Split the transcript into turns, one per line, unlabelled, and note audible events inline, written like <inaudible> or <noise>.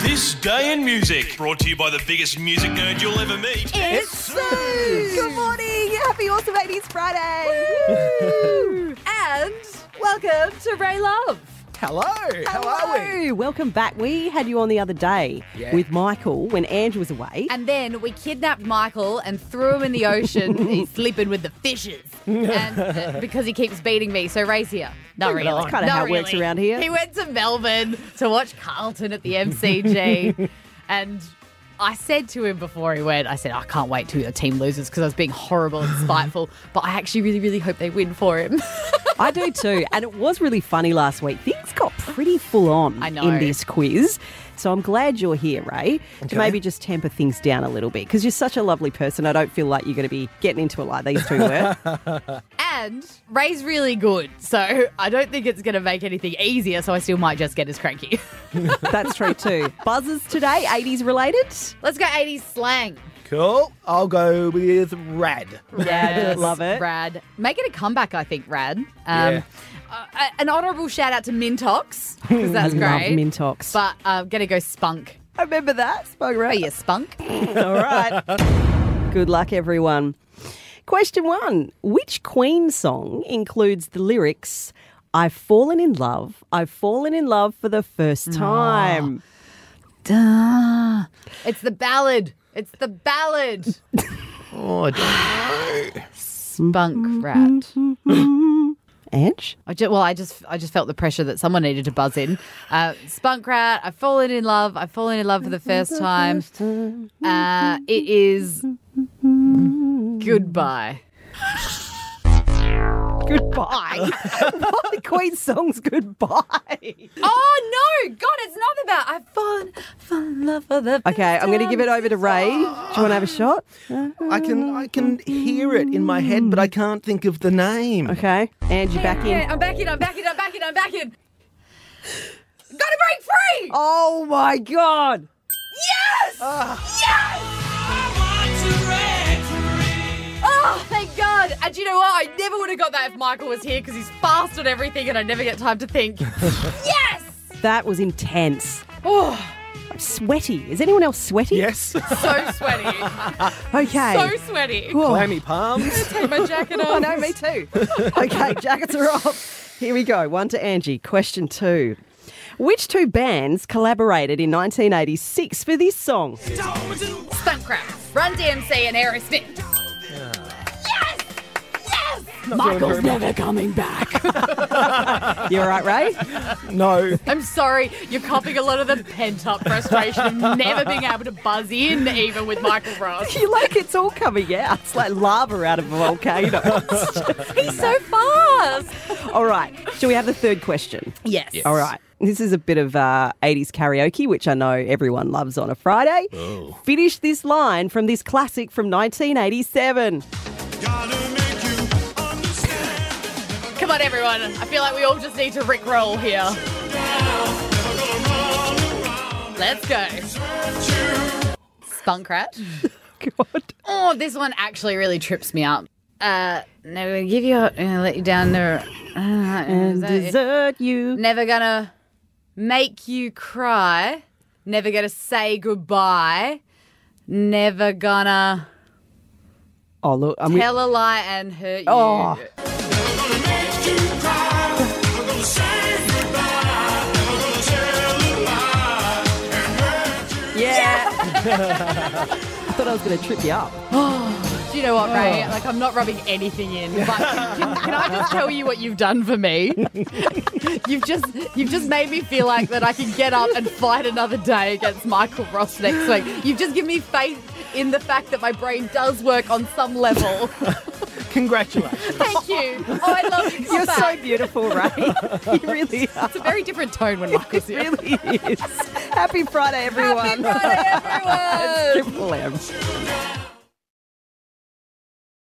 This Day in Music, brought to you by the biggest music nerd you'll ever meet.
It's Sue.
Good morning. Happy Awesome 80s Friday. Woo.
and welcome to Ray Love.
Hello, how are we?
Hello. Welcome back. We had you on the other day
Yeah.
with Michael when Andrew was away.
And then we kidnapped Michael and threw him in the ocean.
<laughs>
He's sleeping with the fishes. And uh, because he keeps beating me. So Ray's here. Not really.
That's kinda
Not
how it works
really.
around here.
He went to Melbourne to watch Carlton at the
<laughs>
MCG. and I said to him before he went, I said, I can't wait till your team loses because I was being horrible
<laughs>
and spiteful. but I actually really, really hope they win for him. <laughs>
I do too. And it was really funny last week. Things got pretty full on
I know.
in this quiz. So I'm glad you're here, Ray, to maybe just temper things down a little bit because you're such a lovely person. I don't feel like you're going to be getting into it like these two were. <laughs>
And Ray's really good, so I don't think it's going to make anything easier, so I still might just get as cranky. <laughs>
That's true too. Buzzers today, 80s related.
Let's go 80s slang.
Cool. I'll go with rad.
Um,
Rad.
love it.
Rad. Make it a comeback, I think, Rad. Um,
Yeah.
uh, an honourable shout out to Mintox, because that's
<laughs> Love
great.
Mintox.
But uh, I'm going to go spunk.
I remember that. Spoke
Oh,
right.
you spunk?
All right. <laughs> Good luck, everyone. Question one Which Queen song includes the lyrics, I've fallen in love, I've fallen in love for the first time?
Duh. It's the ballad. It's the ballad.
Oh, I don't-
Spunk rat.
Ange?
I ju- well, I just I just felt the pressure that someone needed to buzz in. Uh, Spunk rat. I've fallen in love. I've fallen in love for the first time. Uh, it is goodbye.
Goodbye. <laughs> what the Queen song's goodbye?
Oh no, God! It's not about I've fallen, fallen in love for the.
Okay, I'm going to give it over to Ray. Do you want to have a shot?
I can I can hear it in my head, but I can't think of the name.
Okay. Ange, you back in.
Yeah, I'm back in. I'm back in. I'm back in. I'm back in. Gotta break free.
Oh my God.
Yes. Yes. Oh, thank God. And you know what? I never would have got that if Michael was here because he's fast on everything and I never get time to think. yes!
That was intense.
Oh,
I'm sweaty. Is anyone else sweaty?
Yes. <laughs>
so sweaty.
Okay.
So sweaty.
Clammy palms.
Take my jacket
I
off.
know, Oh, me too. <laughs> okay, jackets are off. Here we go. One to Angie. Question two. Which two bands collaborated in 1986 for this song?
Stunt crap. Run DMC and Aerosmith. Yes! Yes! Michael's never coming back.
You all right, Ray? <laughs>
No.
I'm sorry, you're copying a lot of the pent up frustration of never being able to buzz in, even with Michael
<laughs>
Ross.
You like it's all coming out. It's like lava out of a volcano.
He's so fast.
all right. Shall we have the third question?
Yes.
All right. This is a bit of uh, 80s karaoke, which I know everyone loves on a Friday. Finish this line from this classic from 1987.
Come on, everyone. I feel like we all just need to rickroll here. Let's go. Spunkrat.
God.
Oh, this one actually really trips me up. Uh, never gonna give you, up, uh, let you down. Never, uh, is
And
that it?
desert you.
never gonna make you cry. Never gonna say goodbye. Never gonna
Oh, look. I'm
tell a lie and hurt you.
Oh. Yeah. I thought I was going to trip you up.
Do you know what, Ray? Like, I'm not rubbing anything in, but can, can I just tell you what you've done for me? you've just you've just made me feel like that I can get up and fight another day against Michael Ross next week. You've just given me faith in the fact that my brain does work on some level.
Congratulations.
Thank you. Oh, I love you. Come
You're so
back.
beautiful, <laughs> Ray. you really are.
It's
<laughs>
a very different tone when Michael's here.
Really <laughs> is. Happy Friday, everyone. <laughs>
Happy Friday, everyone.
Triple M.